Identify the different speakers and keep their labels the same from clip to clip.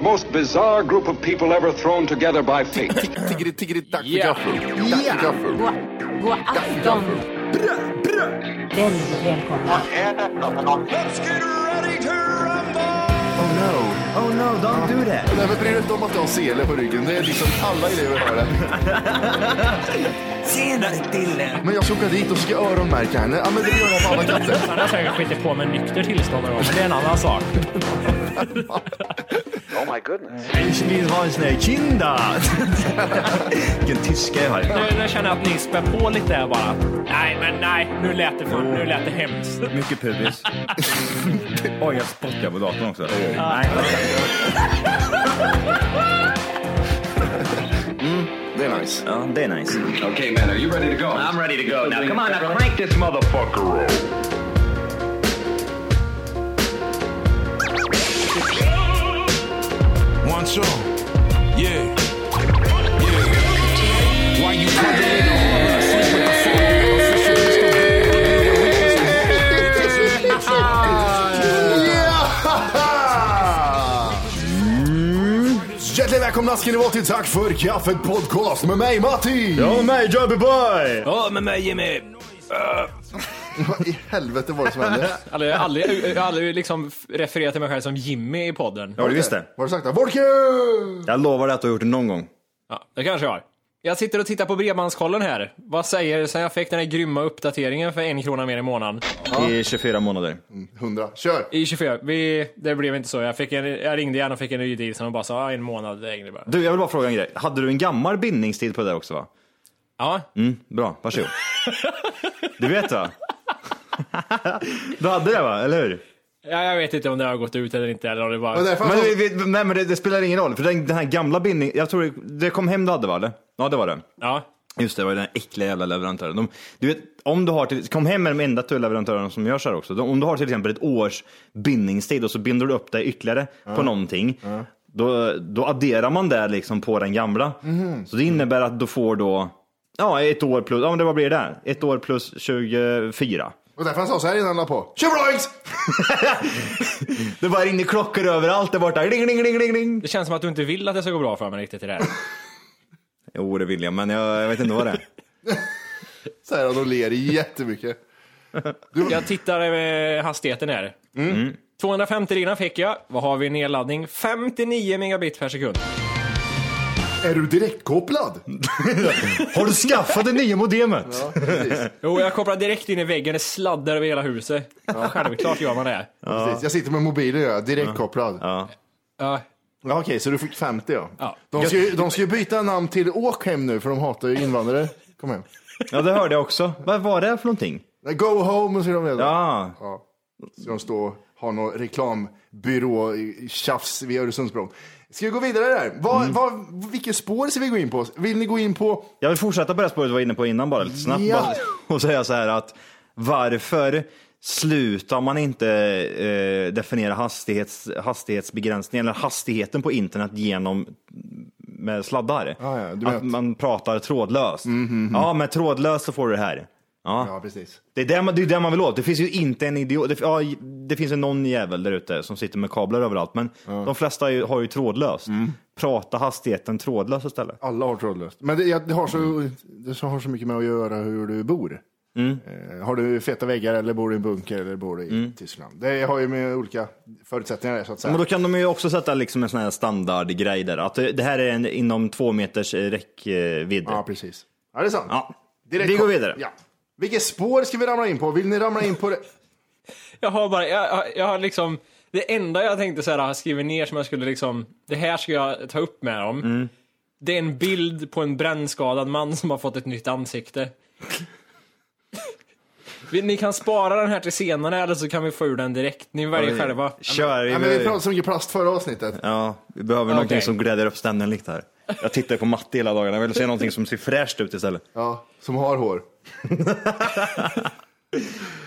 Speaker 1: most bizarre group of people ever thrown together by fate.
Speaker 2: Tiggeri, tiggeri, dack för
Speaker 3: Yeah.
Speaker 2: gaffel. Dack för gaffel.
Speaker 4: Oh,
Speaker 5: God, god afton. Väldigt välkomna.
Speaker 4: Oh no, oh no, don't do that.
Speaker 2: Nej, men bry dig inte om att jag har sele på ryggen. Det är liksom alla elever har det.
Speaker 4: Tjenare Dille!
Speaker 2: Men jag ska åka dit och ska öronmärka henne. Ja, men det gör jag på alla katter.
Speaker 3: Han har säkert skitit på med nykter tillstånd någon gång, men det är en annan sak.
Speaker 4: Ich vill ha en sån här kinda! Vilken tyska jag har.
Speaker 3: Nu, nu känner jag att ni spär på lite här bara. Nej, men nej. Nu lät det, fan, nu lät det hemskt.
Speaker 6: Mycket pubis. Oj, jag spottar på datorn också. Nej,
Speaker 2: Det är nice.
Speaker 6: ja, det är nice.
Speaker 1: okay, man, are you ready to go? I'm ready to go. Now, come on, now crank this motherfucker roll.
Speaker 7: One show. Yeah. Yeah. Why you plugging in the horror? Sleep with the fool. Official pistol grip.
Speaker 2: Hjärtligt välkomna ska ni vara till Tack för kaffet podcast med mig Matti!
Speaker 6: Ja, mig Jobby Boy!
Speaker 3: Ja, med mig Jimmy.
Speaker 2: Vad i helvete var det som hände?
Speaker 3: Alltså, jag har aldrig, jag har aldrig liksom refererat till mig själv som Jimmy i podden.
Speaker 6: Ja, du visste.
Speaker 2: Var det sagt? Vodka!
Speaker 6: Jag lovar dig att du har gjort det någon gång.
Speaker 3: Ja, det kanske jag har. Jag sitter och tittar på Bredbandskollen här. Vad säger du sen jag fick den här grymma uppdateringen för en krona mer i månaden?
Speaker 6: I 24 månader.
Speaker 2: 100. Kör!
Speaker 3: I 24, vi, det blev inte så. Jag, fick en, jag ringde igen och fick en ny deal som de bara sa ah, en månad. Det hängde bara.
Speaker 6: Du, jag vill bara fråga en grej. Hade du en gammal bindningstid på det där också va?
Speaker 3: Ja,
Speaker 6: Mm, bra, varsågod. Du vet va? Du hade det va, eller hur?
Speaker 3: Ja, jag vet inte om det har gått ut eller inte. Eller om det bara...
Speaker 2: Men det är fan
Speaker 6: Men,
Speaker 2: så-
Speaker 6: vi, vi, nej, men det, det spelar ingen roll, för den, den här gamla bindningen, jag tror det, det kom hem du hade va? Eller? Ja, det var det.
Speaker 3: Ja.
Speaker 6: Just det, det var den här äckliga jävla leverantören. De, du vet, om du har till, kom hem med de enda tulleverantörerna som gör så här också. De, om du har till exempel ett års bindningstid och så binder du upp dig ytterligare på någonting. Då, då adderar man det liksom på den gamla. Så det innebär att du får då, ja ett år plus, ja men det, vad blir det? Ett år plus 24.
Speaker 2: Och därför han sa så här innan han la på. Tjo boys!
Speaker 6: Det bara ringer klockor överallt där borta. Ring, ring, ring, ring, ring.
Speaker 3: Det känns som att du inte vill att det ska gå bra för mig riktigt i det här.
Speaker 6: Jo, det vill jag, men jag, jag vet inte vad det är.
Speaker 2: Säger han och ler jättemycket.
Speaker 3: Jag tittar med hastigheten här.
Speaker 2: Mm.
Speaker 3: 250 linan fick jag. Vad har vi i nedladdning? 59 megabit per sekund.
Speaker 2: Är du direktkopplad?
Speaker 6: Har du skaffat det nya modemet?
Speaker 3: Jo, jag kopplar direkt in i väggen. Det sladdar över hela huset. Självklart gör man det.
Speaker 2: Precis, jag sitter med mobilen gör jag, direktkopplad. Ja.
Speaker 3: Ja,
Speaker 2: Okej, så du fick 50 ja.
Speaker 3: Ja.
Speaker 2: De, ska ju, de ska ju byta namn till Åk hem nu för de hatar ju invandrare. Kom hem.
Speaker 6: Ja, det hörde jag också. Vad var det för någonting?
Speaker 2: Nej, Go home ska de heta.
Speaker 6: Ja,
Speaker 2: Ska de stå och ha någon reklambyrå-tjafs vid Öresundsbron. Ska vi gå vidare där? Vad, vad, vilket spår ska vi gå in på? Vill ni gå in på...
Speaker 6: Jag vill fortsätta på det här spåret vi var inne på innan bara lite snabbt.
Speaker 2: Ja.
Speaker 6: Bara, och säga så här att varför slutar man inte eh, definiera hastighets, hastighetsbegränsningen eller hastigheten på internet genom med sladdar?
Speaker 2: Ja, ja, du
Speaker 6: att
Speaker 2: vet.
Speaker 6: man pratar trådlöst. Ja, med trådlöst så får du det här. Mm, Ja.
Speaker 2: Ja, precis.
Speaker 6: Det är det, man, det är det man vill åt. Det finns ju inte en idiot. Det, ja, det finns ju någon jävel där ute som sitter med kablar överallt, men de flesta ju, har ju trådlöst.
Speaker 2: Mm.
Speaker 6: Prata hastigheten trådlöst istället.
Speaker 2: Alla har trådlöst. Men det, jag, det, har så, det så- har så mycket med att göra hur du bor.
Speaker 6: Mm.
Speaker 2: Eh, har du feta väggar eller bor du i en bunker eller bor du i Tyskland? Det har ju med olika förutsättningar där, så att
Speaker 6: Men
Speaker 2: säga.
Speaker 6: då kan de ju också sätta liksom en sån här standardgrej där, att det här är en, inom två meters eh, räckvidd.
Speaker 2: Ja, precis. Ja, det är sant.
Speaker 6: Ja.
Speaker 2: Direkt-
Speaker 6: Vi går vidare.
Speaker 2: Ja. Vilket spår ska vi ramla in på? Vill ni ramla in på det?
Speaker 3: Jag har bara, jag, jag- jag har liksom, det enda jag tänkte så här, skriva ner som jag skulle liksom, det här ska jag ta upp med dem.
Speaker 6: Mm.
Speaker 3: Det är en bild på en brännskadad man som har fått ett nytt ansikte. Vi- Ni kan spara den här till senare eller så kan vi få ur den direkt. Ni väljer själva.
Speaker 6: Kör.
Speaker 2: Nej, men vi pratade så mycket plast förra avsnittet.
Speaker 6: Ja, vi behöver någonting
Speaker 3: Okej.
Speaker 6: som glädjer upp stämningen lite här. Jag tittar på Matti hela dagarna, jag vill se någonting som ser fräscht ut istället.
Speaker 2: Ja, som har hår.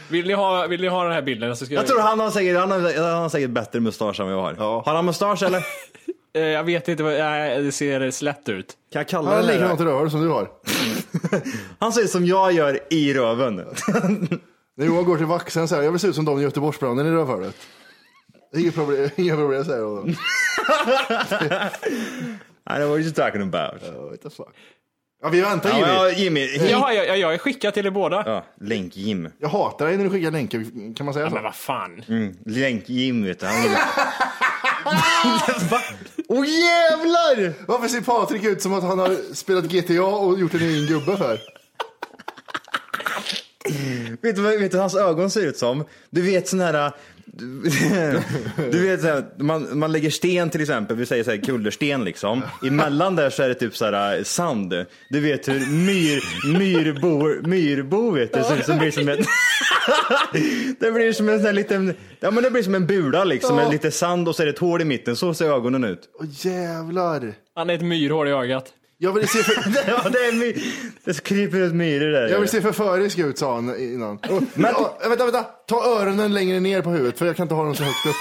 Speaker 3: Vill ni ha, vill ni ha den här bilden? Så ska
Speaker 6: Jag tror han har säkert, han har, han har säkert bättre mustasch än vad jag har.
Speaker 2: Ja.
Speaker 6: Har han mustasch eller?
Speaker 3: Eh, jag vet inte, vad, nej, det ser slätt ut.
Speaker 6: Kan jag kalla
Speaker 2: Han har
Speaker 6: det där?
Speaker 2: likadant rövhål som du har.
Speaker 6: Han säger som jag gör i röven.
Speaker 2: När Johan går till vaxen så här, jag vill se ut som de i Göteborgsbranden i rövhålet. Inga problem, inga problem säger hon.
Speaker 6: I know what you're talking about.
Speaker 2: Ja, What the fuck. Ja, vi väntar Jimmy.
Speaker 6: Ja, Jimmy.
Speaker 3: Jaha, jag, jag, jag är skickad till er båda.
Speaker 6: Ja, länk Jim.
Speaker 2: Jag hatar dig när du skickar länkar, kan man säga
Speaker 3: Ja,
Speaker 2: så?
Speaker 3: men vad fan.
Speaker 6: Mm, länk Jim vet du. Han
Speaker 2: Åh jävlar! Varför ser Patrik ut som att han har spelat GTA och gjort en egen gubbe för?
Speaker 6: Vet du, vad- vet du vad hans ögon ser ut som? Du vet sån här... Du, du vet så här, man, man lägger sten till exempel, vi säger så här kullersten liksom. Emellan där så är det typ så här sand. Du vet hur myr, myrbor, myrbo vet du, som, som blir som ett... det blir som en sån här liten, ja men det blir som en bula liksom, med lite sand och så är det ett hål i mitten. Så ser ögonen ut.
Speaker 2: Åh jävlar.
Speaker 3: Han är ett myrhår i ögat.
Speaker 2: Jag vill se för...
Speaker 6: Ja, det, är my, det kryper ut myror där.
Speaker 2: Jag vill se förförisk ut sa han innan. Och,
Speaker 6: Men-
Speaker 2: ja, vänta, vänta. Ta öronen längre ner på huvudet för jag kan inte ha dem så högt upp.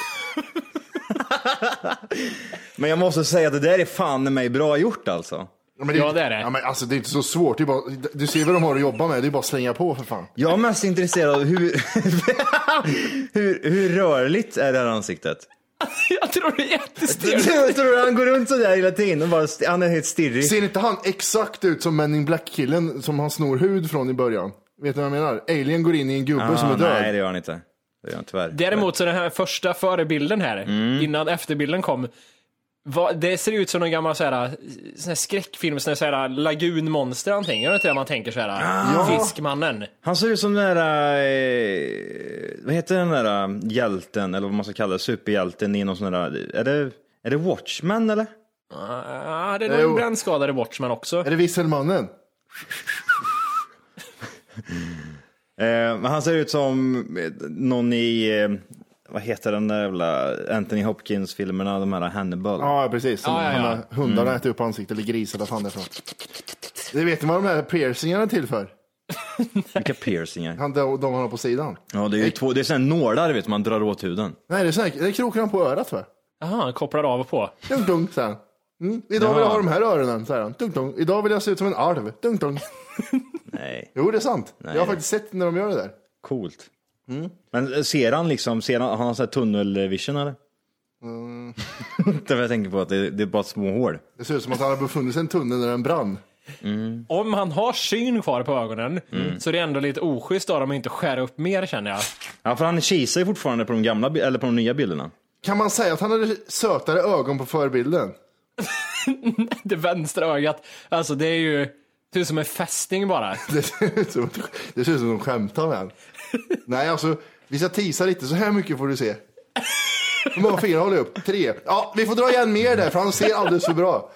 Speaker 6: Men jag måste säga att det där är fan i mig bra gjort alltså.
Speaker 2: Ja, men
Speaker 3: Ja, det är det.
Speaker 2: Ja, men alltså, det är inte så svårt. Det är bara... Du ser vad de har att jobba med. Det är bara att slänga på för fan.
Speaker 6: Jag är mest intresserad av hur, hur, hur rörligt är det här ansiktet?
Speaker 3: Jag tror det är jättestelt.
Speaker 6: Tror, tror du han går runt sådär hela tiden och bara, st- han är helt stirrig?
Speaker 2: Ser inte han exakt ut som Men in Black-killen som han snor hud från i början? Vet ni vad jag menar? Alien går in i en gubbe
Speaker 6: Ah,
Speaker 2: som är död.
Speaker 6: nej, det gör han inte. Det gör han tyvärr.
Speaker 3: Däremot så den här första förebilden här, innan efterbilden kom, vad- det ser ut som någon gammal så här, sån här skräckfilm, sån här, så här lagunmonster eller någonting. Är det inte det man tänker så här? Fiskmannen.
Speaker 6: Han ser ut som den där, eh, vad heter den där eh, hjälten, eller vad man ska kalla det, superhjälten i någon sån där, är det, är det Watchmen eller?
Speaker 3: Ah, det är
Speaker 2: Jo.
Speaker 3: nog brännskadade Watchmen också.
Speaker 2: Är det Visselmannen?
Speaker 6: Eh, men han ser ut som eh, någon i, eh, vad heter den där jävla Anthony Hopkins-filmerna, de här Hannibal.
Speaker 2: Ja, precis. Som
Speaker 3: Ja, Mm. ja, ja.
Speaker 2: Han har, hundarna äter upp ansiktet, eller grisar eller vad fan det är för Det vet ni vad de här piercingarna är till för?
Speaker 6: Vilka piercingar.
Speaker 2: Han, de, de han har på sidan.
Speaker 6: Ja, det är ju två, det är sådana nålar vet du, man drar åt huden.
Speaker 2: Nej, det, är sån här, det krokar han på örat för.
Speaker 3: Jaha, Ah, han kopplar av och på.
Speaker 2: Dunk, dunk, säger han. Mm. Idag vill jag ha de här öronen, säger han. Dunk, dunk. Idag vill jag se ut som en alv. Dunk, dunk.
Speaker 6: Nej,
Speaker 2: Jo, det är sant. Jag har faktiskt sett när de gör det där.
Speaker 6: coolt. Mm. Men ser han liksom, ser han, har han sån här tunnelvision eller? Mm. det var jag tänker på, att det, det är bara små hål.
Speaker 2: Det ser ut som att han har befunnit sig i en tunnel när den brann.
Speaker 3: Om han har syn kvar på ögonen så är det ändå lite oschysst av dem att inte skära upp mer känner jag.
Speaker 6: Ja, för han kisar ju fortfarande på de gamla, bi- eller på de nya bilderna.
Speaker 2: Kan man säga att han hade sötare ögon på förbilden?
Speaker 3: Det vänstra ögat, alltså det är ju, det ser ut som en fästing bara.
Speaker 2: Det ser ut som, det ser ut som de skämtar med honom. Nej, alltså, vi ska tisa lite. Så här mycket får du se. Hur många fingrar håller jag upp? Tre. Ja, vi får dra igen mer där, för han ser alldeles för bra.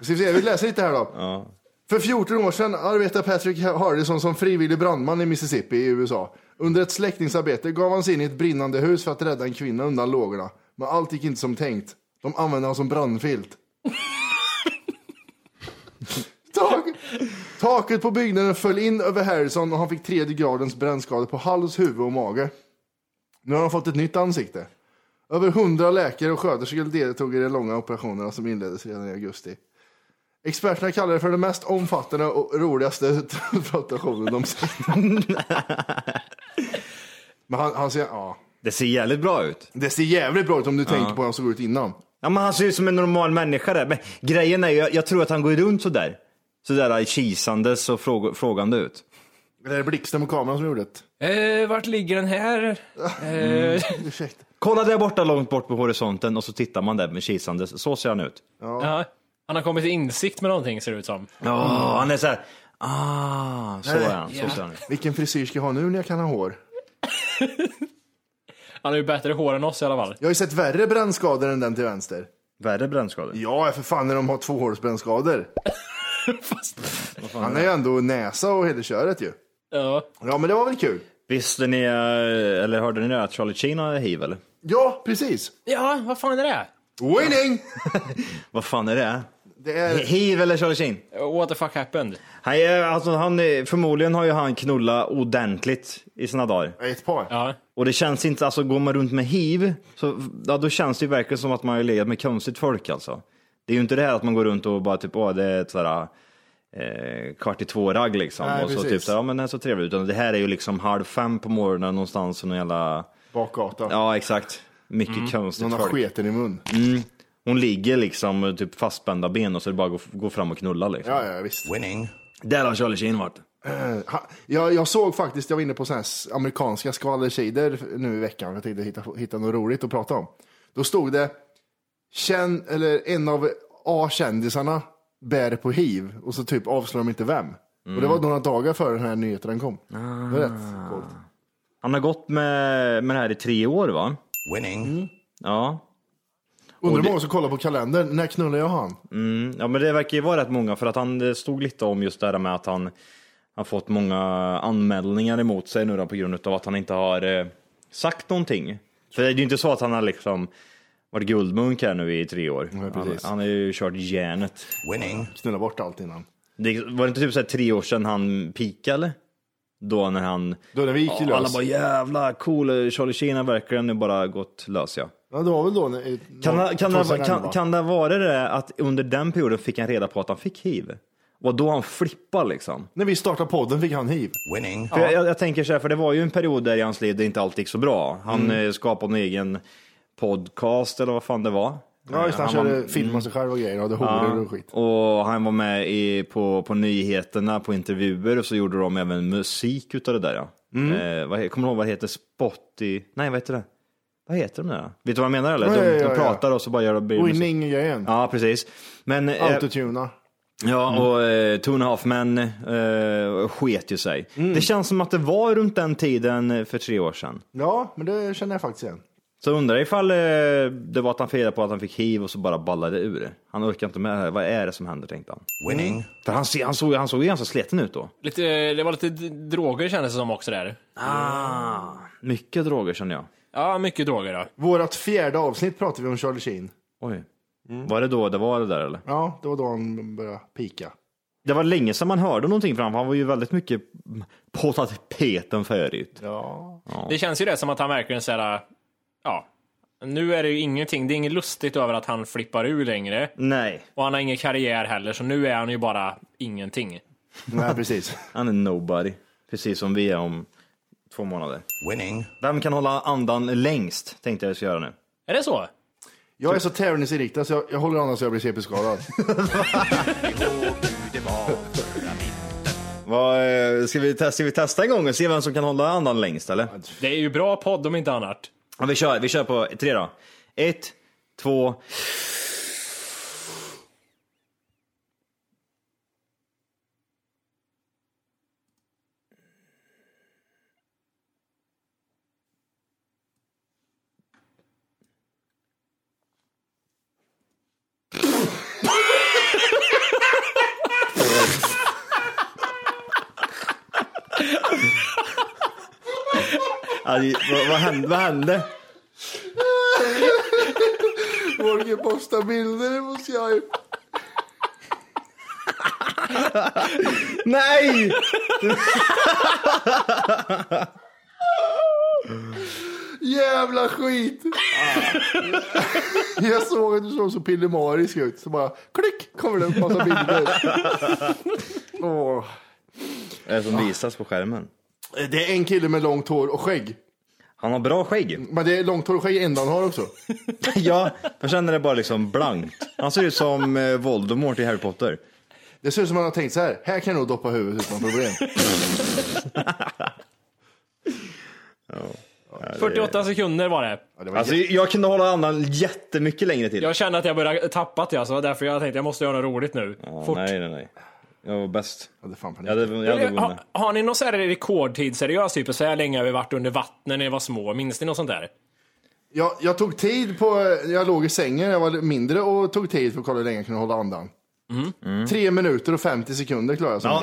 Speaker 2: Vi ska se, vi läser lite här då. För 14 år sedan arbetade Patrick Hardison som frivillig brandman i Mississippi i USA. Under ett släckningsarbete gav han sig in i ett brinnande hus för att rädda en kvinna undan lågorna. Men allt gick inte som tänkt. De använde honom som brandfilt. Tak. Taket på byggnaden föll in över Harrison och han fick tredje gradens brännskador på hals, huvud och mage. Nu har han fått ett nytt ansikte. Över hundra läkare och sköterskor deltog i de långa operationerna som inleddes redan i augusti. Experterna kallar det för den mest omfattande och roligaste transplantationen de sett. Men han, han ser, ja.
Speaker 6: Det ser jävligt bra ut.
Speaker 2: Det ser jävligt bra ut om du tänker på hur han såg ut innan.
Speaker 6: Ja, men han ser ut som en normal människa där. Men grejen är ju, jag, jag tror att han går runt sådär. Sådär äh, kisandes och fråg, frågande ut.
Speaker 2: Det är blixten på kameran som gjorde det.
Speaker 3: Eh, vart ligger den här? Eh,
Speaker 2: Ursäkta.
Speaker 6: Kolla där borta, långt bort på horisonten och så tittar man där med kisandes. Så ser han ut.
Speaker 3: ja. Han har kommit till insikt med någonting ser det ut som.
Speaker 6: Ja, han är såhär, ah, så är han. Så ser han ut.
Speaker 2: Vilken frisyr ska jag ha nu när jag kan ha hår?
Speaker 3: Han har ju bättre hår än oss i alla fall.
Speaker 2: Jag har ju sett värre brännskador än den till vänster.
Speaker 6: Värre brännskador?
Speaker 2: Ja, för fan när de har tvåhålsbrännskador. Han är ju ändå näsa och hela köret ju.
Speaker 3: Ja.
Speaker 2: Ja, men det var väl kul.
Speaker 6: Visste ni, eh, eller hörde ni det att Charlie Sheen har hiv eller?
Speaker 2: Ja, precis.
Speaker 3: ja, vad fan är det?
Speaker 2: Winning!
Speaker 6: Vad fan är det?
Speaker 2: Det är...
Speaker 6: Hiv eller Charlie Sheen?
Speaker 3: What the fuck happened?
Speaker 6: Han, är- alltså, han, är- förmodligen har ju han knullat ordentligt i sina dagar.
Speaker 2: Ett par.
Speaker 3: Ja.
Speaker 6: Och det känns inte, alltså går man runt med hiv, så, ja, då känns det ju verkligen som att man har legat med konstigt folk alltså. Det är ju inte det här att man går runt och bara typ, åh det är ett sådär eh, kvart i två-ragg liksom.
Speaker 2: Nej,
Speaker 6: och så
Speaker 2: precis.
Speaker 6: typ såhär, ja men det är så trevligt. Utan det här är ju liksom halv fem på morgonen någonstans och någon jävla,
Speaker 2: Bakgatan.
Speaker 6: ja exakt. Mycket konstigt
Speaker 2: Mm. Någon har
Speaker 6: folk.
Speaker 2: sketen i mun.
Speaker 6: Hon ligger liksom eh, typ fastspända ben och så är det bara att gå, gå fram och knulla liksom.
Speaker 2: Ja, ja, visst.
Speaker 6: Där har Charlie Sheen varit.
Speaker 2: Ha- Jag, jag såg faktiskt, jag var inne på sådana här s- amerikanska skvallersidor nu i veckan. Jag tänkte hitta, hitta något roligt att prata om. Då stod det, känn, eller en av A-kändisarna bär på hiv och så typ avslöjar de inte vem. Och det var några dagar före den här nyheten den kom. Det var rätt coolt.
Speaker 6: Han har gått med, med det här i tre år va? Ja.
Speaker 2: Undrar hur många som kollar på kalendern, när knullar jag han?
Speaker 6: ja, men det verkar ju vara rätt många för att han det stod lite om just det här med att han har fått många anmälningar emot sig nu då på grund av att han inte har eh, sagt någonting. För det är ju inte så att han har liksom varit guldmunk här nu i tre år. han,
Speaker 2: precis.
Speaker 6: han har ju kört järnet.
Speaker 2: Knulla bort allt innan.
Speaker 6: Det, var det inte typ så här tre år sedan han peakade? Då när han...
Speaker 2: Då när vi gick
Speaker 6: Ja, alla
Speaker 2: lös.
Speaker 6: bara jävla cool, Charlie Sheen har verkligen nu bara gått lös ja.
Speaker 2: Ja, det var väl då. När,
Speaker 6: Kan, kan, det,
Speaker 2: 2011,
Speaker 6: kan,
Speaker 2: va?
Speaker 6: kan det vara det att under den perioden fick han reda på att han fick hiv? Och då han flippar liksom.
Speaker 2: När vi startade podden fick han hiv.
Speaker 6: För jag, jag tänker så här, för det var ju en period där i hans liv det inte alltid gick så bra. Han
Speaker 2: Mm.
Speaker 6: eh, skapade en egen podcast eller vad fan det var.
Speaker 2: Ja, just det, han mm.
Speaker 6: var-
Speaker 2: körde, filmade sig själv och grejer, hade horor och skit.
Speaker 6: Och han var med i, på, på nyheterna, på intervjuer och så gjorde de även musik utav det där. Ja.
Speaker 2: Mm.
Speaker 6: Eh, vad, he- kommer du ihåg vad det heter? Spotty? Nej, vad heter det? Vad heter de där? då? Vet du vad jag menar? Eller?
Speaker 2: Ja, ja,
Speaker 6: de,
Speaker 2: ja, ja.
Speaker 6: de pratar och så bara gör de blir musik.
Speaker 2: Winning grejen.
Speaker 6: Ja, precis. Men, eh,
Speaker 2: Autotuna.
Speaker 6: ja, och eh, Two and a Half Men eh, sket ju sig. Det känns som att det var runt den tiden eh, för tre år sedan.
Speaker 2: Ja, men det känner jag faktiskt igen.
Speaker 6: Så undrar jag ifall eh, det var att han firade på att han fick hiv och så bara ballade ur. Han orkar inte med det här. Vad är det som händer, tänkte han. Mm. För han, se- han, såg, han såg ju ganska sliten ut då.
Speaker 3: Lite, det var lite d- droger kändes det som också där.
Speaker 6: Ah, mycket droger känner jag.
Speaker 3: Ja, mycket droger då.
Speaker 2: Vårat fjärde avsnitt pratade vi om Charlie Sheen.
Speaker 6: Oj. Var det då det var det där eller?
Speaker 2: Ja, det var då han började pika.
Speaker 6: Det var länge sedan man hörde någonting från honom. Han var ju väldigt mycket på tapeten förut.
Speaker 2: Ja.
Speaker 3: Det känns ju det som att han verkligen såhär, ja. Nu är det ju ingenting, det är inget lustigt över att han flippar ur längre.
Speaker 6: Nej,
Speaker 3: Och han har ingen karriär heller, så nu är han ju bara ingenting.
Speaker 2: Nej, precis.
Speaker 6: han är nobody. Precis som vi är om två månader. Vem kan hålla andan längst tänkte jag ska göra nu.
Speaker 3: Är det så?
Speaker 2: Jag är så tävlingsinriktad så jag, jag håller andan så jag blir CP-skadad.
Speaker 6: Vad, eh, ska, vi testa, ska vi testa en gång och se vem som kan hålla andan längst eller?
Speaker 3: Det är ju bra podd om inte annat.
Speaker 6: Ja, vi, kör, vi kör på tre då. Ett, två... Ja, det- vad, vad hände? Vad hände?
Speaker 2: Morgan postar bilder på Skype.
Speaker 6: Nej!
Speaker 2: Jävla skit! Ah. jag såg att du såg så pillemarisk ut, så bara klick kommer det upp massa bilder. Åh.
Speaker 6: Vad är det som visas på skärmen?
Speaker 2: Det är en kille med långt hår och skägg.
Speaker 6: Han har bra skägg.
Speaker 2: Men det är långt hår och skägg enda han har också.
Speaker 6: ja, för sen är det bara liksom blankt. Han ser ut som eh, Voldemort i Harry Potter.
Speaker 2: Det ser ut som han har tänkt så här, här kan jag nog doppa huvudet utan problem.
Speaker 3: 48 sekunder var det.
Speaker 2: Ja, det var
Speaker 6: Alltså jag kunde hålla andan jättemycket längre till.
Speaker 3: Jag kände att jag började tappa det, alltså. därför jag tänkte jag måste göra något roligt nu.
Speaker 6: Ja,
Speaker 3: Fort.
Speaker 6: Nej, nej, nej. Jag var bäst.
Speaker 2: Jag hade fan panik.
Speaker 6: Jag hade, jag hade vunnit.
Speaker 3: Har, har ni någon så här rekordtid seriöst, typ så här länge har vi varit under vattnet när ni var små? Minns ni något sånt där?
Speaker 2: Jag, jag tog tid på, jag låg i sängen, jag var mindre och tog tid för att kolla hur länge jag kunde hålla andan. Tre minuter och 50 sekunder klarade jag som
Speaker 6: Ja.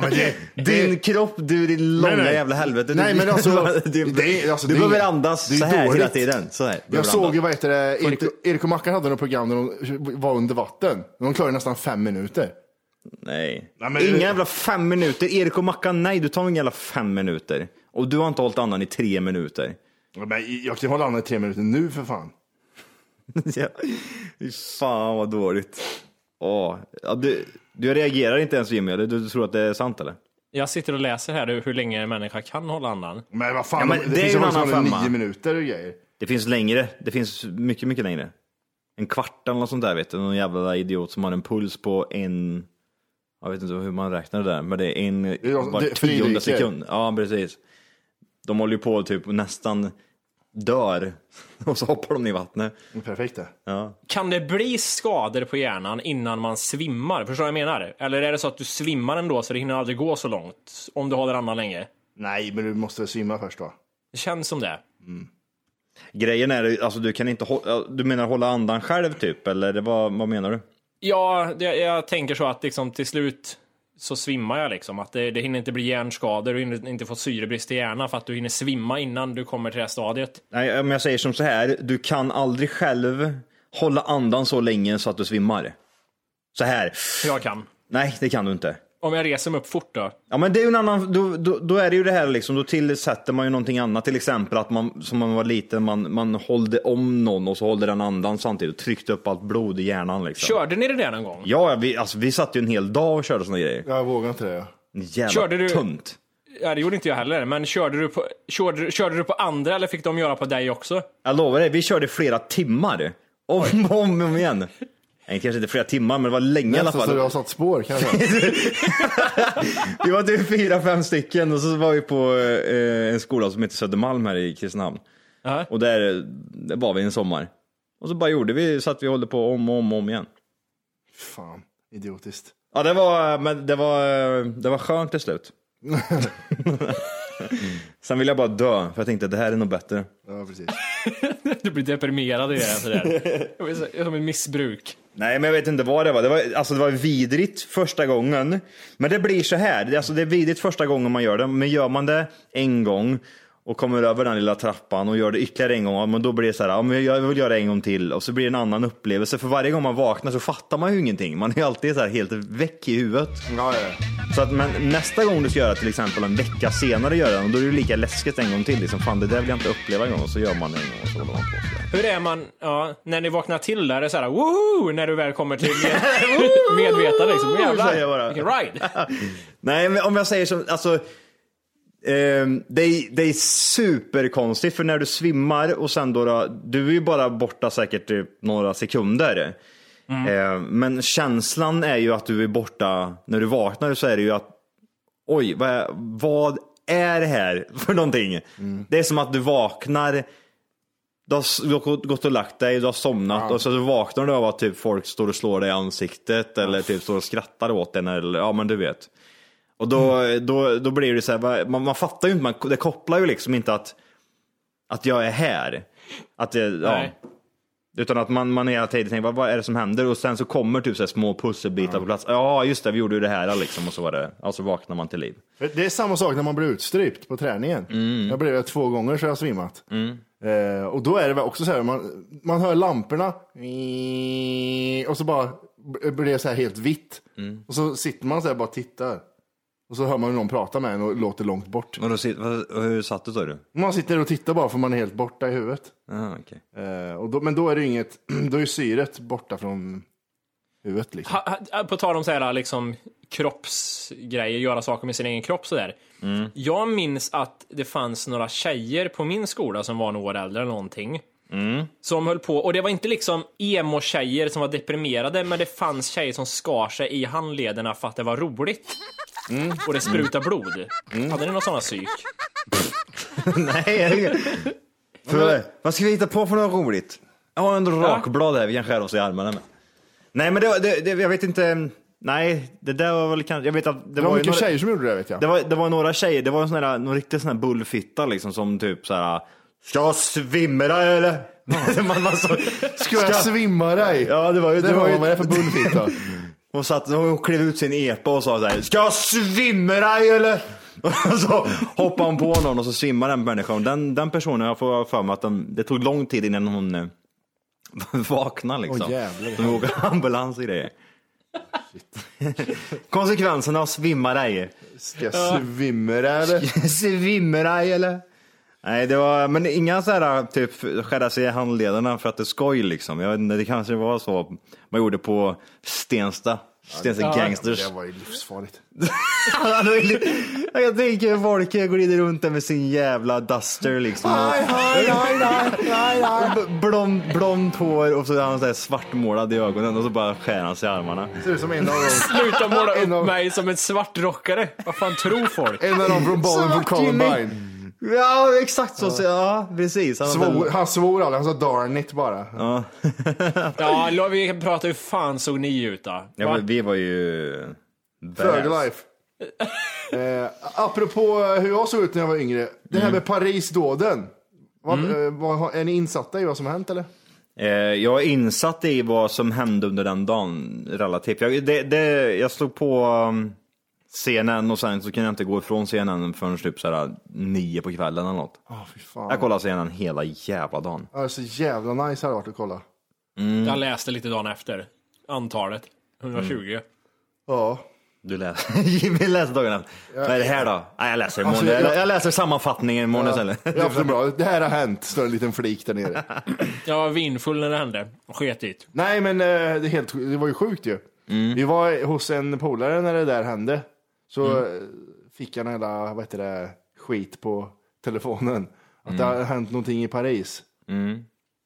Speaker 2: bäst.
Speaker 6: Din kropp, du din långa
Speaker 2: Nej, nej.
Speaker 6: jävla helvete. Du,
Speaker 2: Nej, men alltså,
Speaker 6: du,
Speaker 2: det är- alltså,
Speaker 6: du
Speaker 2: det är-
Speaker 6: behöver andas
Speaker 2: det är
Speaker 6: så här hela
Speaker 2: dåligt.
Speaker 6: tiden. Så här. Du
Speaker 2: Jag
Speaker 6: behöver
Speaker 2: såg
Speaker 6: andas.
Speaker 2: ju, vad heter det, Erik, Erik och Mackan hade något program där de var under vatten. De klarade nästan fem minuter.
Speaker 6: Nej.
Speaker 2: Nej, men-
Speaker 6: Inga jävla fem minuter. Erik och Mackan, nej du tar inga jävla fem minuter. Och du har inte hållit andan i tre minuter.
Speaker 2: Men jag kan hålla andan i tre minuter nu för fan.
Speaker 6: Ja. Fy Fan vad dåligt. Åh. Ja, du, du reagerar inte ens Jimmy, eller? Du tror att det är sant eller?
Speaker 3: Jag sitter och läser här hur hur länge en människa kan hålla andan.
Speaker 2: Men vad fan,
Speaker 6: Ja, men
Speaker 2: det,
Speaker 6: det är
Speaker 2: finns
Speaker 6: ju
Speaker 2: ju folk
Speaker 6: en
Speaker 2: som
Speaker 6: annan
Speaker 2: håller
Speaker 6: femma.
Speaker 2: nio minuter och grejer.
Speaker 6: Det finns längre. Det finns mycket, mycket längre. En kvart eller något sånt där vet du. Någon jävla idiot som har en puls på en... Jag vet inte hur man räknar det där, men det är en
Speaker 2: de-
Speaker 6: var
Speaker 2: det-
Speaker 6: tionde
Speaker 2: fridyker.
Speaker 6: sekund. Ja, precis. De håller ju på typ nästan dör och så hoppar de i vattnet.
Speaker 2: Perfekt det.
Speaker 6: Ja.
Speaker 3: Kan det bli skador på hjärnan innan man svimmar? Förstår du vad jag menar? Eller är det så att du svimmar ändå så det hinner aldrig gå så långt? Om du håller andan länge?
Speaker 2: Nej, men du måste väl simma först då?
Speaker 3: Det känns som det.
Speaker 6: Grejen är ju- alltså du kan inte hå- du menar hålla andan själv typ, eller det var, vad menar du?
Speaker 3: Ja, det, jag tänker så att liksom till slut så svimmar jag liksom. Att det, det hinner inte bli hjärnskador, du hinner inte få syrebrist i hjärnan för att du hinner svimma innan du kommer till det här stadiet.
Speaker 6: Nej, om jag säger som så här, du kan aldrig själv hålla andan så länge så att du svimmar. Så här.
Speaker 3: Jag kan.
Speaker 6: Nej, det kan du inte.
Speaker 3: Om jag reser mig upp fort då.
Speaker 6: Ja men det är ju en annan, då, då, då är det ju det här liksom, då tillsätter man ju någonting annat. Till exempel att man, som man var liten, man, man hållde om någon och så hållde den andan samtidigt och tryckte upp allt blod i hjärnan liksom.
Speaker 3: Körde ni det där någon gång?
Speaker 6: Ja, vi, alltså, vi satt ju en hel dag och körde såna grejer.
Speaker 2: Jag vågar inte det. ja.
Speaker 6: Jävla
Speaker 3: Körde du-
Speaker 6: tunt.
Speaker 3: Ja, det gjorde inte jag heller. Men körde du på, körde, du- körde du på andra eller fick de göra på dig också?
Speaker 6: Jag lovar dig, vi körde flera timmar. Om och om, om igen. Nej, kanske inte flera timmar, men det var länge i alla
Speaker 2: Nästan så
Speaker 6: fall.
Speaker 2: du har satt spår kanske.
Speaker 6: Vi var typ fyra, fem stycken och så var vi på eh, en skola som heter Södermalm här i Kristinehamn.
Speaker 3: Ja.
Speaker 6: Och där, där var vi en sommar. Och så bara gjorde vi så att vi håller på om och om, och om igen.
Speaker 2: fan, idiotiskt.
Speaker 6: Ja, det var, men det var, det var skönt till slut. Sen ville jag bara dö, för jag tänkte det här är nog bättre.
Speaker 2: Ja, precis.
Speaker 3: Du blir deprimerad i det. här, Sådär. Det var så- Som ett missbruk.
Speaker 6: Nej, men jag vet inte vad det var. Det var, alltså, det var vidrigt första gången. Men det blir så här, Det- alltså, det är vidrigt första gången man gör det. Men gör man det en gång och kommer över den lilla trappan och gör det ytterligare en gång, ja, men då blir det så här, ja, men jag vill göra det en gång till. Och så blir det en annan upplevelse. För varje gång man vaknar så fattar man ju ingenting. Man är ju alltid så här helt väck i huvudet.
Speaker 2: Ja, ja.
Speaker 6: Så att, men nästa gång du ska göra till exempel en vecka senare, gör den, och då är det ju lika läskigt en gång till. Liksom, fan, det där vill jag inte uppleva en gång. Och så gör man det en gång och så håller man på. så där.
Speaker 3: Hur är man, ja, när ni vaknar till där, är det såhär woho! När du väl kommer till medvetande liksom.
Speaker 6: säger jag bara.
Speaker 3: Jävlar, vilken ride!
Speaker 6: Nej, men om jag säger som, alltså. ehm, det, är, det är superkonstigt för när du svimmar och sen då, då du är ju bara borta säkert typ några sekunder. Ehm, men känslan är ju att du är borta, när du vaknar så är det ju att oj, vad är, vad är det här för någonting? Det är som att du vaknar, du har, s- du har gått och lagt dig, du har somnat och så du vaknar du av att typ folk står och slår dig i ansiktet eller typ står och skrattar åt en eller ja men du vet. Och då, då, då blir det så här, vad- man, man fattar ju inte, man, det kopplar ju liksom inte att, att jag är här. Att det, ja,
Speaker 3: Nej.
Speaker 6: utan att man, man hela tiden tänker, vad, vad är det som händer? Och sen så kommer typ så här små pusselbitar på plats. Ja, just det, vi gjorde ju det här liksom. Och så var det, alltså vaknar man till liv.
Speaker 2: För Det är samma sak när man blir utstrypt på träningen. Jag blev det två gånger så jag har svimmat. Eh, och då är det väl också så här, man, man hör lamporna och så bara b- blir det så här helt vitt. Och så sitter man så här och bara tittar. Och så hör man hur någon pratar med en och låter långt bort.
Speaker 6: Och då, sit- vad- hur satt du sa du?
Speaker 2: Man sitter och tittar bara för man är helt borta i huvudet.
Speaker 6: Ah, okej.
Speaker 2: Eh, och då, men då är det inget, då är ju syret borta från huvudet liksom.
Speaker 3: Ha- ha- Ah, På tal om så här, liksom, kroppsgrejer, göra saker med sin egen kropp sådär.
Speaker 6: Mm.
Speaker 3: Jag minns att det fanns några tjejer på min skola som var några år äldre eller någonting.
Speaker 6: Mm.
Speaker 3: Som höll på, och det var inte liksom emo-tjejer som var deprimerade, men det fanns tjejer som skar sig i handlederna för att det var roligt.
Speaker 6: Mm.
Speaker 3: Och det sprutade blod. Hade ni någon sån här psyk?
Speaker 6: Nej, för, vad ska vi hitta på för något roligt? Jag har en rakblad här, vi kan skära oss i armarna med. Nej, men det, var- det, det, jag vet inte. Nej, det där var väl kanske, jag vet att det,
Speaker 2: Det var
Speaker 6: ju
Speaker 2: mycket
Speaker 6: några-
Speaker 2: tjejer som gjorde det vet jag.
Speaker 6: Det var, det var några tjejer, det var en sån där, någon riktig sån här bullfitta liksom som typ så här. Ska jag svimma eller? Man var så,
Speaker 2: Ska jag svimma dig?
Speaker 6: Ja, det var ju-
Speaker 2: det
Speaker 6: det var
Speaker 2: var
Speaker 6: ju-
Speaker 2: Vad är det för bullfitta?
Speaker 6: hon, satt, hon klev ut sin epa och sa så här. Ska jag svimma dig eller? Och så hoppade hon på någon och så svimmade den människan. Den, den personen, jag får för mig att den, det tog lång tid innan hon eh, vaknade liksom.
Speaker 2: Åh, jävlar.
Speaker 6: de åker ambulans och grejer. Konsekvenserna av svimma dig.
Speaker 2: Ska jag svimma dig eller?
Speaker 6: Svimmer jag eller? Nej, det var, men inga så här typ skära sig i handlederna för att det är skoj liksom. Jag vet inte, det kanske var så man gjorde på Stensta Stense gangsters.
Speaker 2: Det var ju livsfarligt.
Speaker 6: Han har ju li- jag tänker hur folk glider runt där med sin jävla duster liksom.
Speaker 2: Nej, nej, nej, nej, nej, nej.
Speaker 6: B- Blond, blont hår och så är han så här svartmålad i ögonen och så bara skär han sig i armarna.
Speaker 2: Ser ut som en av dem.
Speaker 3: Sluta måla
Speaker 2: En av-
Speaker 3: upp mig som en svartrockare. Vad fan tror folk?
Speaker 2: En av dem från barnen på
Speaker 6: Svart Jimmy.
Speaker 2: Columbine.
Speaker 6: Ja, exakt så. så ja, precis. Han har
Speaker 2: Svor,
Speaker 6: väl-
Speaker 2: han svor aldrig, han sa darn it bara.
Speaker 6: ja.
Speaker 3: Ja, la- vi kan prata hur fan såg ni ut då?
Speaker 6: ja,
Speaker 3: Va?
Speaker 6: men vi var ju...
Speaker 2: Third
Speaker 6: badass.
Speaker 2: life. eh, apropå hur jag såg ut när jag var yngre. Det
Speaker 6: Mm.
Speaker 2: här med Parisdåden. Vad, eh, vad, är ni insatta i vad som har hänt eller?
Speaker 6: Eh, Jag är insatt i vad som hände under den dagen relativt. Jag, det, det, jag slog på um, CNN och sen så kunde jag inte gå ifrån CNN förrän typ så här nio på kvällen eller något.
Speaker 2: Åh fy fan.
Speaker 6: Jag kollade CNN hela jävla dagen.
Speaker 2: Ja, det är så jävla nice hade det varit att kolla.
Speaker 3: Jag läste lite dagen efter. Antalet. 120.
Speaker 2: Ja.
Speaker 6: Du läser, Jimmy läser dagen efter. Vad är det här då? Nej, jag läser imorgon.
Speaker 2: Alltså, jag-
Speaker 6: jag, jag läser sammanfattningen imorgon istället.
Speaker 2: Det är absolut bra. Det här har hänt, står en liten flik där nere.
Speaker 3: Jag var vinfull när det hände. Och sket i det.
Speaker 2: Nej men eh, det, är helt, det var ju sjukt ju.
Speaker 6: Mm.
Speaker 2: Vi var hos en polare när det där hände. Så
Speaker 6: Mm.
Speaker 2: eh, fick han hela, vad heter det, skit på telefonen. Att
Speaker 6: Mm.
Speaker 2: det har hänt någonting i Paris.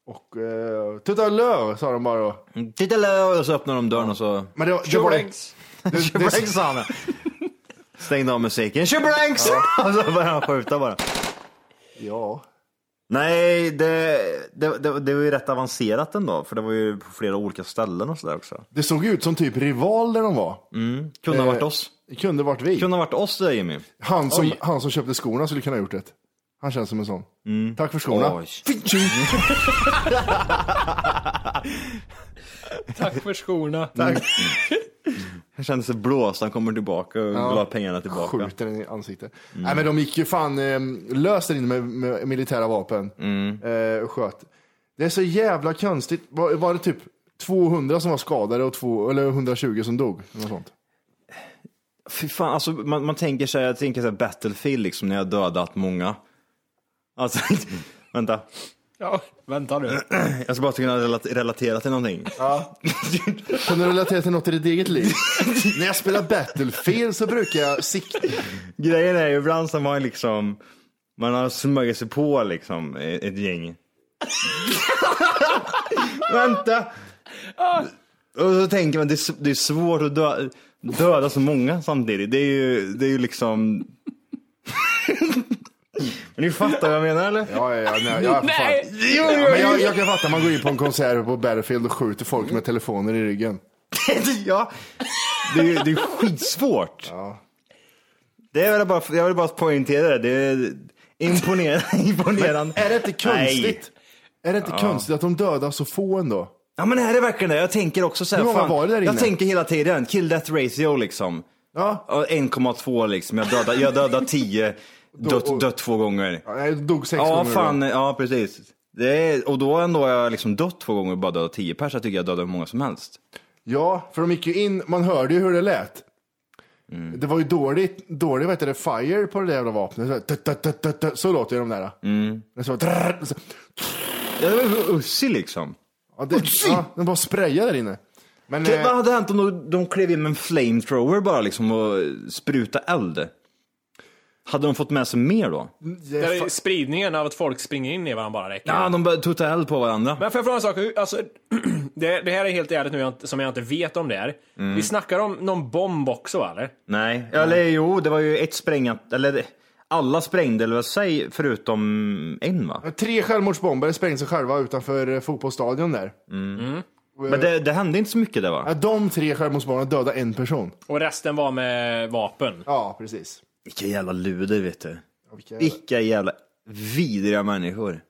Speaker 2: Och eh, tuta lö sa de bara då.
Speaker 6: Titta där och så öppnar de dörren och så...
Speaker 2: Men det, var- det var
Speaker 3: Tjorengs!
Speaker 2: Det, det,
Speaker 6: Shebranks sa han. Stängde av musiken. Shebranks! Och så började han skjuta bara.
Speaker 2: ja.
Speaker 6: Nej, det, det, det, det var ju rätt avancerat ändå, för det var ju på flera olika ställen och sådär också.
Speaker 2: det såg ut som typ rival där de var.
Speaker 6: Kunde ha
Speaker 2: Eh,
Speaker 6: varit oss.
Speaker 2: Det kunde varit vi.
Speaker 6: Kunde ha varit oss det Jimmy.
Speaker 2: Han, som, han som köpte skorna skulle kunna ha gjort det. Han känns som en sån. Tack för skorna.
Speaker 6: Mm. Oj.
Speaker 3: Tack för skorna.
Speaker 6: Han kände sig blåst, han kommer tillbaka och vill ha pengarna tillbaka. Mm.
Speaker 2: Skjuter den i ansiktet. Nej men de gick ju fan eh, lös där inne med, med militära vapen.
Speaker 6: Mm.
Speaker 2: Eh, och sköt. Det är så jävla konstigt. Var, var det typ 200 som var skadade och två, eller 120 som dog? Något sånt.
Speaker 6: Fy fan, alltså man, man tänker sig, jag tänker sig Battlefield liksom när jag dödat många. Alltså, vänta.
Speaker 3: Ja, vänta nu.
Speaker 6: Jag ska bara kunna relate- relatera till någonting.
Speaker 2: Kan du relatera till något i ditt eget liv? När jag spelar Battlefield så brukar jag sikta.
Speaker 6: Grejen är ju ibland som man liksom, man har smugit sig på liksom ett ett gäng. Vänta! Och så tänker man, det är, s- det är svårt att dö, döda så många samtidigt. Det är ju, det är ju liksom... Men ni fattar vad jag menar eller?
Speaker 2: Ja, ja, ja, nej, ja, för fan.
Speaker 3: Nej!
Speaker 6: Jo,
Speaker 2: Ja, men jag, jag kan fatta, man går in på en konsert på Battlefield och skjuter folk med telefoner i ryggen.
Speaker 6: ja. Det är, ju- det är skitsvårt. Det är väl bara, jag vill bara poängtera det. Det är imponerande. imponerande.
Speaker 2: Är det inte konstigt?
Speaker 6: Nej.
Speaker 2: Är det inte konstigt att de dödar så få ändå?
Speaker 6: Ja men är det verkligen det? Jag tänker också så här,
Speaker 2: Hur många
Speaker 6: fan,
Speaker 2: var det där inne?
Speaker 6: Jag tänker hela tiden, kill that ratio liksom.
Speaker 2: Ja.
Speaker 6: Ja, 1,2 liksom, jag dödar, jag dödar 10,
Speaker 2: och-
Speaker 6: dött, dött två gånger.
Speaker 2: Ja, Jag dog sex
Speaker 6: Ja
Speaker 2: gånger. då.
Speaker 6: fan, ja precis. Det är, och då ändå har jag liksom dött två gånger och bara dödat 10 pers, jag tycker jag dödar hur många som helst.
Speaker 2: Ja, för de gick ju in, man hörde ju hur det lät. Det var ju dåligt, dålig vad heter det, fire på det där jävla vapnet. Så, här, tut, tut, tut, tut, tut, så låter ju de där. Mm. Så, drrr, så,
Speaker 6: Ja, det var ju Ussi liksom.
Speaker 2: ja, det, ja, de bara sprayade där inne. Men,
Speaker 6: Det, vad
Speaker 2: eh,
Speaker 6: hade hänt om de, de klev in med en flamethrower bara liksom och spruta eld? Hade de fått med sig mer då?
Speaker 3: Det
Speaker 2: det,
Speaker 3: är spridningen av att folk springer in i varandra bara räcker.
Speaker 6: Ja, de började tuta eld på varandra.
Speaker 3: Men får jag fråga en sak? Hur- Alltså, det, det här är helt ärligt nu jag inte- som jag inte vet om det är. Vi snackar om någon bomb också eller?
Speaker 6: Nej, eller jo, det var ju ett sprängat, eller alla sprängde eller vad säger förutom en va?
Speaker 2: tre självmordsbombare sprängde sig själva utanför eh, fotbollsstadion där.
Speaker 6: Men det, det hände inte så mycket där
Speaker 2: Ja,
Speaker 6: va?
Speaker 2: de tre självmordsbombarna dödade en person.
Speaker 3: Och resten var med vapen.
Speaker 2: Ja, precis.
Speaker 6: Vilka jävla luder vet du.
Speaker 2: Vilka,
Speaker 6: Vilka jävla vidriga människor.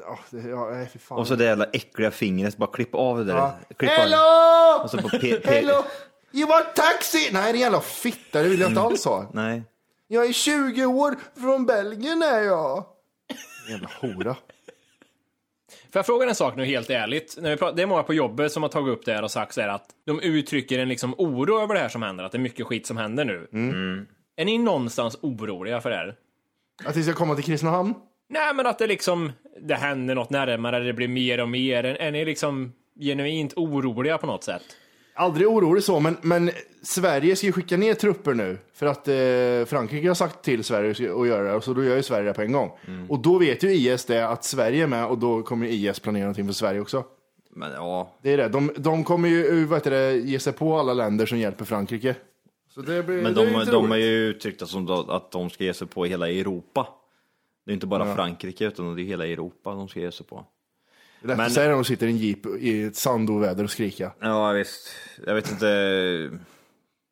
Speaker 2: ja, ah, det, ja, nej, fy fan.
Speaker 6: Och så det jävla äckliga fingret, bara klipp av det där.
Speaker 2: Ja.
Speaker 6: Klipp av
Speaker 2: Hello!
Speaker 6: det. Och så på pe- pe-
Speaker 2: Hello! You want taxi? Nej, det är jävla fitta, det vill jag inte alls ha.
Speaker 6: Nej.
Speaker 2: Jag är 20 år, från Belgien är jag. Jävla hora.
Speaker 3: Får jag fråga en sak nu helt ärligt? När vi pratar, det är många på jobbet som har tagit upp det här och sagt så här att de uttrycker en liksom oro över det här som händer, att det är mycket skit som händer nu. Är ni någonstans oroliga för det här?
Speaker 2: Att vi ska komma till Kristinehamn?
Speaker 3: Nej, men att det liksom, det händer något närmare, det blir mer och mer. Är, är ni liksom genuint oroliga på något sätt?
Speaker 2: Aldrig orolig så, men, men Sverige ska ju skicka ner trupper nu för att eh, Frankrike har sagt till Sverige att- att göra det, och så då gör ju Sverige det på en gång. Och då vet ju IS det att Sverige är med och då kommer ju IS planera någonting för Sverige också.
Speaker 6: Men ja,
Speaker 2: Det är det. De, de kommer ju eh, vad heter det, ge sig på alla länder som hjälper Frankrike. Så det blir,
Speaker 6: men
Speaker 2: det är ju
Speaker 6: de,
Speaker 2: inte
Speaker 6: de
Speaker 2: roligt.
Speaker 6: är ju uttryckta som då- att de ska ge sig på hela Europa. Det är inte bara Frankrike utan det är hela Europa de ska ge sig på.
Speaker 2: Det är lätt
Speaker 6: men-
Speaker 2: att säga när de sitter i en jeep i ett sandoväder och skrika.
Speaker 6: Ja visst, jag vet inte.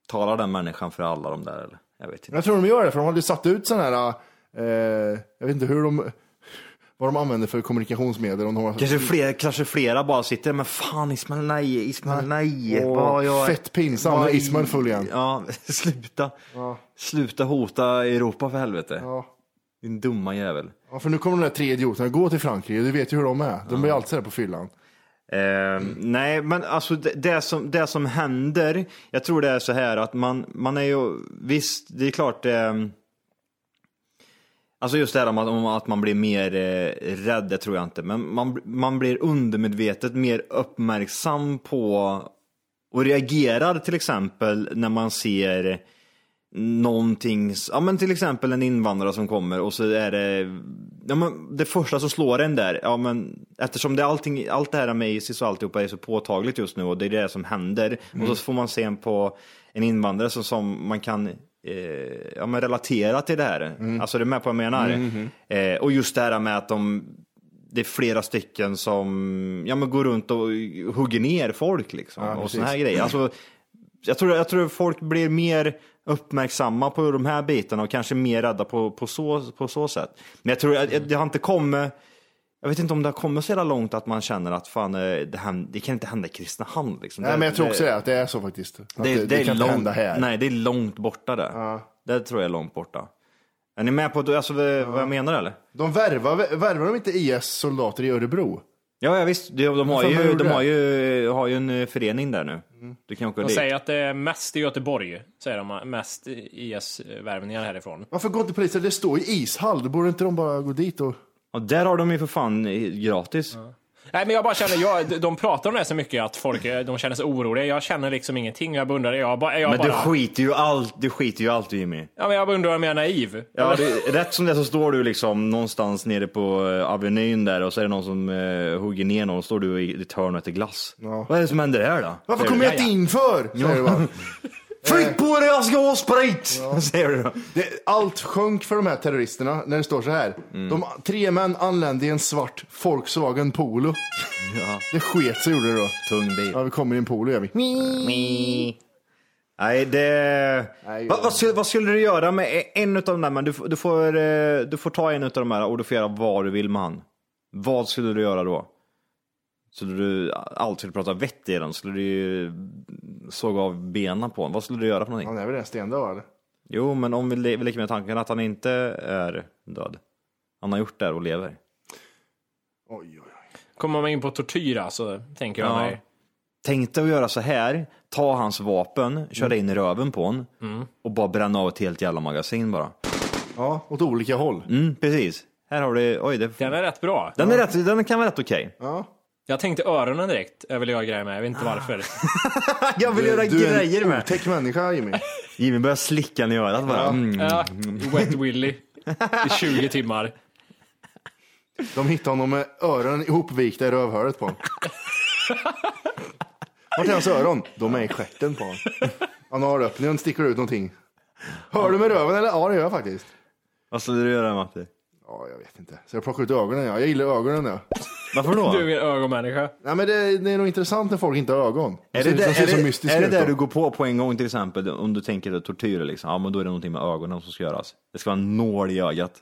Speaker 6: Talar den människan för alla de där eller? Jag vet inte.
Speaker 2: Jag tror de gör det, för de hade satt ut sådana här, eh, jag vet inte hur de, vad de använder för kommunikationsmedel. Om de har,
Speaker 6: Kanske flera, kanske flera bara sitter men fan Ismail nej, Ismail nej.
Speaker 2: Åh,
Speaker 6: vad jag-
Speaker 2: fett pinsam,
Speaker 6: vad
Speaker 2: nu är
Speaker 6: i-
Speaker 2: Ismail full igen.
Speaker 6: Ja, sluta. Sluta hota Europa för helvete.
Speaker 2: Ja.
Speaker 6: Din dumma jävel.
Speaker 2: Ja, för nu kommer de där tre idioterna gå till Frankrike, du vet ju hur de är. De blir alltid där på fyllan.
Speaker 6: Eh, nej, men alltså det, det, som, det som händer, jag tror det är så här att man, man är ju, visst, det är klart, eh, alltså just det här om att, om att man blir mer eh, rädd, det tror jag inte, men man, man blir undermedvetet mer uppmärksam på och reagerar till exempel när man ser någonting, s- ja men till exempel en invandrare som kommer och så är det, ja men det första som slår en där, ja men eftersom det allting, allt det här med ISIS och alltihopa är så påtagligt just nu och det är det som händer och så får man se en på en invandrare som, som man kan eh, ja, men relatera till det här. Alltså är du med på vad jag menar? Eh, och just det här med att de det är flera stycken som ja, men går runt och hugger ner folk liksom. och såna här grejer. Alltså, jag, tror, jag tror folk blir mer uppmärksamma på de här bitarna och kanske mer rädda på, på, så, på så sätt. Men jag tror att jag, det har inte kommit, jag vet inte om det har kommit så jävla långt att man känner att fan, eh, det, här, det kan inte hända i Kristinehamn. Liksom.
Speaker 2: Nej, men jag tror också det, att det är så faktiskt. Att
Speaker 6: Det, det, är
Speaker 2: kan
Speaker 6: långt,
Speaker 2: inte hända här.
Speaker 6: Nej, det är långt borta det. Det tror jag är långt borta. Är ni med på alltså, vad vad jag menar eller?
Speaker 2: De värvar, värvar de inte IS-soldater i Örebro?
Speaker 6: Ja, ja visst. De, de, har,
Speaker 2: fan, vad
Speaker 6: ju,
Speaker 2: gjorde
Speaker 6: de
Speaker 2: det?
Speaker 6: har, ju, har ju en eh, förening där nu.
Speaker 2: Mm.
Speaker 6: Du kan åka
Speaker 3: De
Speaker 6: dit.
Speaker 3: säger att det är mest i Göteborg, säger de, mest E IS-värvningar härifrån.
Speaker 2: Varför går inte polisen? Det står ju ishall, då borde inte de bara gå dit och...
Speaker 6: Och där har de ju för fan eh, gratis.
Speaker 3: Nej men jag bara känner, jag, de pratar om det så mycket att folk eh, de känner sig oroliga. Jag känner liksom ingenting. Jag bara undrar, jag, bara, jag,
Speaker 6: Men du
Speaker 3: bara,
Speaker 6: skiter ju allt, du skiter ju allt Jimmy.
Speaker 3: ja, men jag bara undrar om jag är naiv.
Speaker 6: Ja, det, rätt som det så står du liksom någonstans nere på eh, Avenyn där och så är det någon som eh, hugger ner någon och står du i ditt hörn och äter glass. Vad är det som händer här då?
Speaker 2: Varför
Speaker 6: Säger
Speaker 2: kommer
Speaker 6: du.
Speaker 2: jag inte in för? Säger du bara.
Speaker 6: Flytt på dig, jag ska ha sprit! Säger du då.
Speaker 2: Det, allt sjönk för de här terroristerna när det står så här. De tre män anlände i en svart Volkswagen Polo. Det sket sig gjorde det då.
Speaker 6: Tung bil.
Speaker 2: Ja, vi kommer i en Polo gör vi.
Speaker 6: Nej, det...
Speaker 2: Nej,
Speaker 6: Va,
Speaker 2: ja.
Speaker 6: vad, skulle, vad skulle du göra med e- en utav de där? Men du, får- du, får, eh, du får ta en utav de här och du får göra vad du vill med han. Vad skulle du göra då? Skulle du allt skulle prata vett i den? Skulle du ju såga av benen på honom? Vad skulle du göra för någonting?
Speaker 2: Han är väl redan stendöd eller?
Speaker 6: Jo, men om vi le- vi leker med tanken att han inte är död. Han har gjort det här och lever.
Speaker 2: Oj, oj, oj.
Speaker 3: Kommer man in på tortyr alltså, tänker jag
Speaker 6: Ja.
Speaker 3: mig.
Speaker 6: Tänkte att göra så här, ta hans vapen, köra in i röven på honom och bara bränna av ett helt jävla magasin bara.
Speaker 2: Ja, åt olika håll.
Speaker 6: Mm, precis. Här har du, oj, det, den,
Speaker 3: Den är rätt bra.
Speaker 6: är rätt, den kan vara rätt okej.
Speaker 2: Ja.
Speaker 3: Jag tänkte öronen direkt, jag vill göra grejer med. Jag vet inte varför.
Speaker 6: Jag vill göra grejer med.
Speaker 2: otäck människa Jimmy.
Speaker 6: Jimmy börjar slicka i örat bara. Mm.
Speaker 3: Ja, wet Willy i 20 timmar.
Speaker 2: De hittade honom med öronen ihopvikta i rövhålet på honom. Vart är hans öron? De är i stjärten på honom. Han har öppningen, sticker ut någonting. Hör du med röven eller? Ja, det gör jag faktiskt.
Speaker 6: Vad skulle du göra Matti?
Speaker 2: Ja, jag vet inte. Så jag plockar ut ögonen. Jag, jag gillar ögonen. Jag.
Speaker 6: Varför då?
Speaker 3: Du är mer ögonmänniska.
Speaker 2: Nej, men det, det är nog intressant när folk inte har ögon. De
Speaker 6: är det,
Speaker 2: ser-
Speaker 6: där,
Speaker 2: de ser
Speaker 6: är,
Speaker 2: så
Speaker 6: det,
Speaker 2: mystiska
Speaker 6: är det
Speaker 2: ut
Speaker 6: där
Speaker 2: då.
Speaker 6: du går på på en gång till exempel om du tänker dig tortyr liksom? Ja men då är det någonting med ögonen som ska göras. Det ska vara en nål i ögat.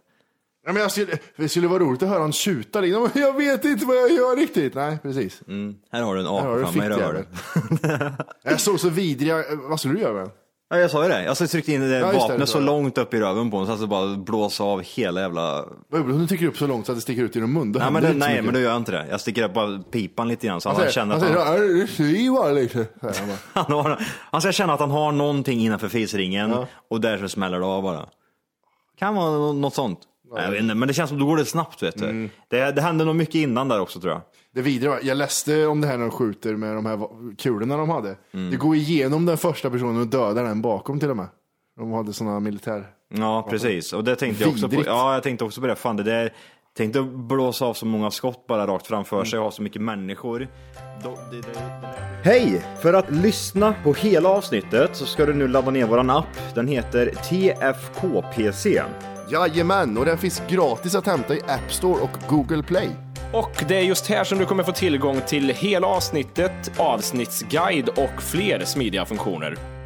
Speaker 2: Nej, men jag skulle, det skulle vara roligt att höra han tjuta. Liksom. Jag vet inte vad jag gör riktigt. Nej, precis.
Speaker 6: Mm, Här har du en
Speaker 2: Här har du
Speaker 6: apa framme i
Speaker 2: fittjävel.
Speaker 6: röven.
Speaker 2: Jag såg så vidriga... Vad skulle du göra med den?
Speaker 6: Ja jag sa ju det. Jag alltså, tryckte in det där
Speaker 2: Ja, just det,
Speaker 6: vapnet
Speaker 2: det sa
Speaker 6: så
Speaker 2: jag.
Speaker 6: långt upp i röven på honom så att det bara blåsa av hela jävla...
Speaker 2: Vad gjorde du? Hon tycker upp så långt så att det sticker ut genom munnen. Då
Speaker 6: Nej men,
Speaker 2: händer
Speaker 6: det,
Speaker 2: inte så
Speaker 6: nej
Speaker 2: mycket.
Speaker 6: men då gör jag inte det. Jag sticker upp bara pipan lite grann så att
Speaker 2: Han
Speaker 6: han
Speaker 2: säger,
Speaker 6: känner
Speaker 2: han
Speaker 6: att han...
Speaker 2: säger, "Ja, det ser ju bara lite. Säger han bara.
Speaker 6: Han, har, han ska känna att han har någonting innanför fisringen och därför smäller det av bara. Kan vara nå- något sånt. Nej, jag vet inte, men det känns som då går det snabbt vet du. Det, det hände nog mycket innan där också tror jag.
Speaker 2: Det vidriga var, jag läste om det här när de skjuter med de här va- kulorna de hade.
Speaker 6: Mm.
Speaker 2: Det går igenom den första personen och dödar den bakom till och med. De hade sådana militär...
Speaker 6: Ja, precis. Och det tänkte jag också på.
Speaker 2: Vidrigt.
Speaker 6: Ja, jag tänkte också på det. Fan, det där, tänkte blåsa av så många skott bara rakt framför sig och ha så mycket människor. Då- det- det- det- Hej! För att lyssna på hela avsnittet så ska du nu ladda ner våran app. Den heter TFKPC.
Speaker 2: Jajamän, och den finns gratis att hämta i App Store och Google Play.
Speaker 3: Och det är just här som du kommer få tillgång till hela avsnittet, avsnittsguide och fler smidiga funktioner.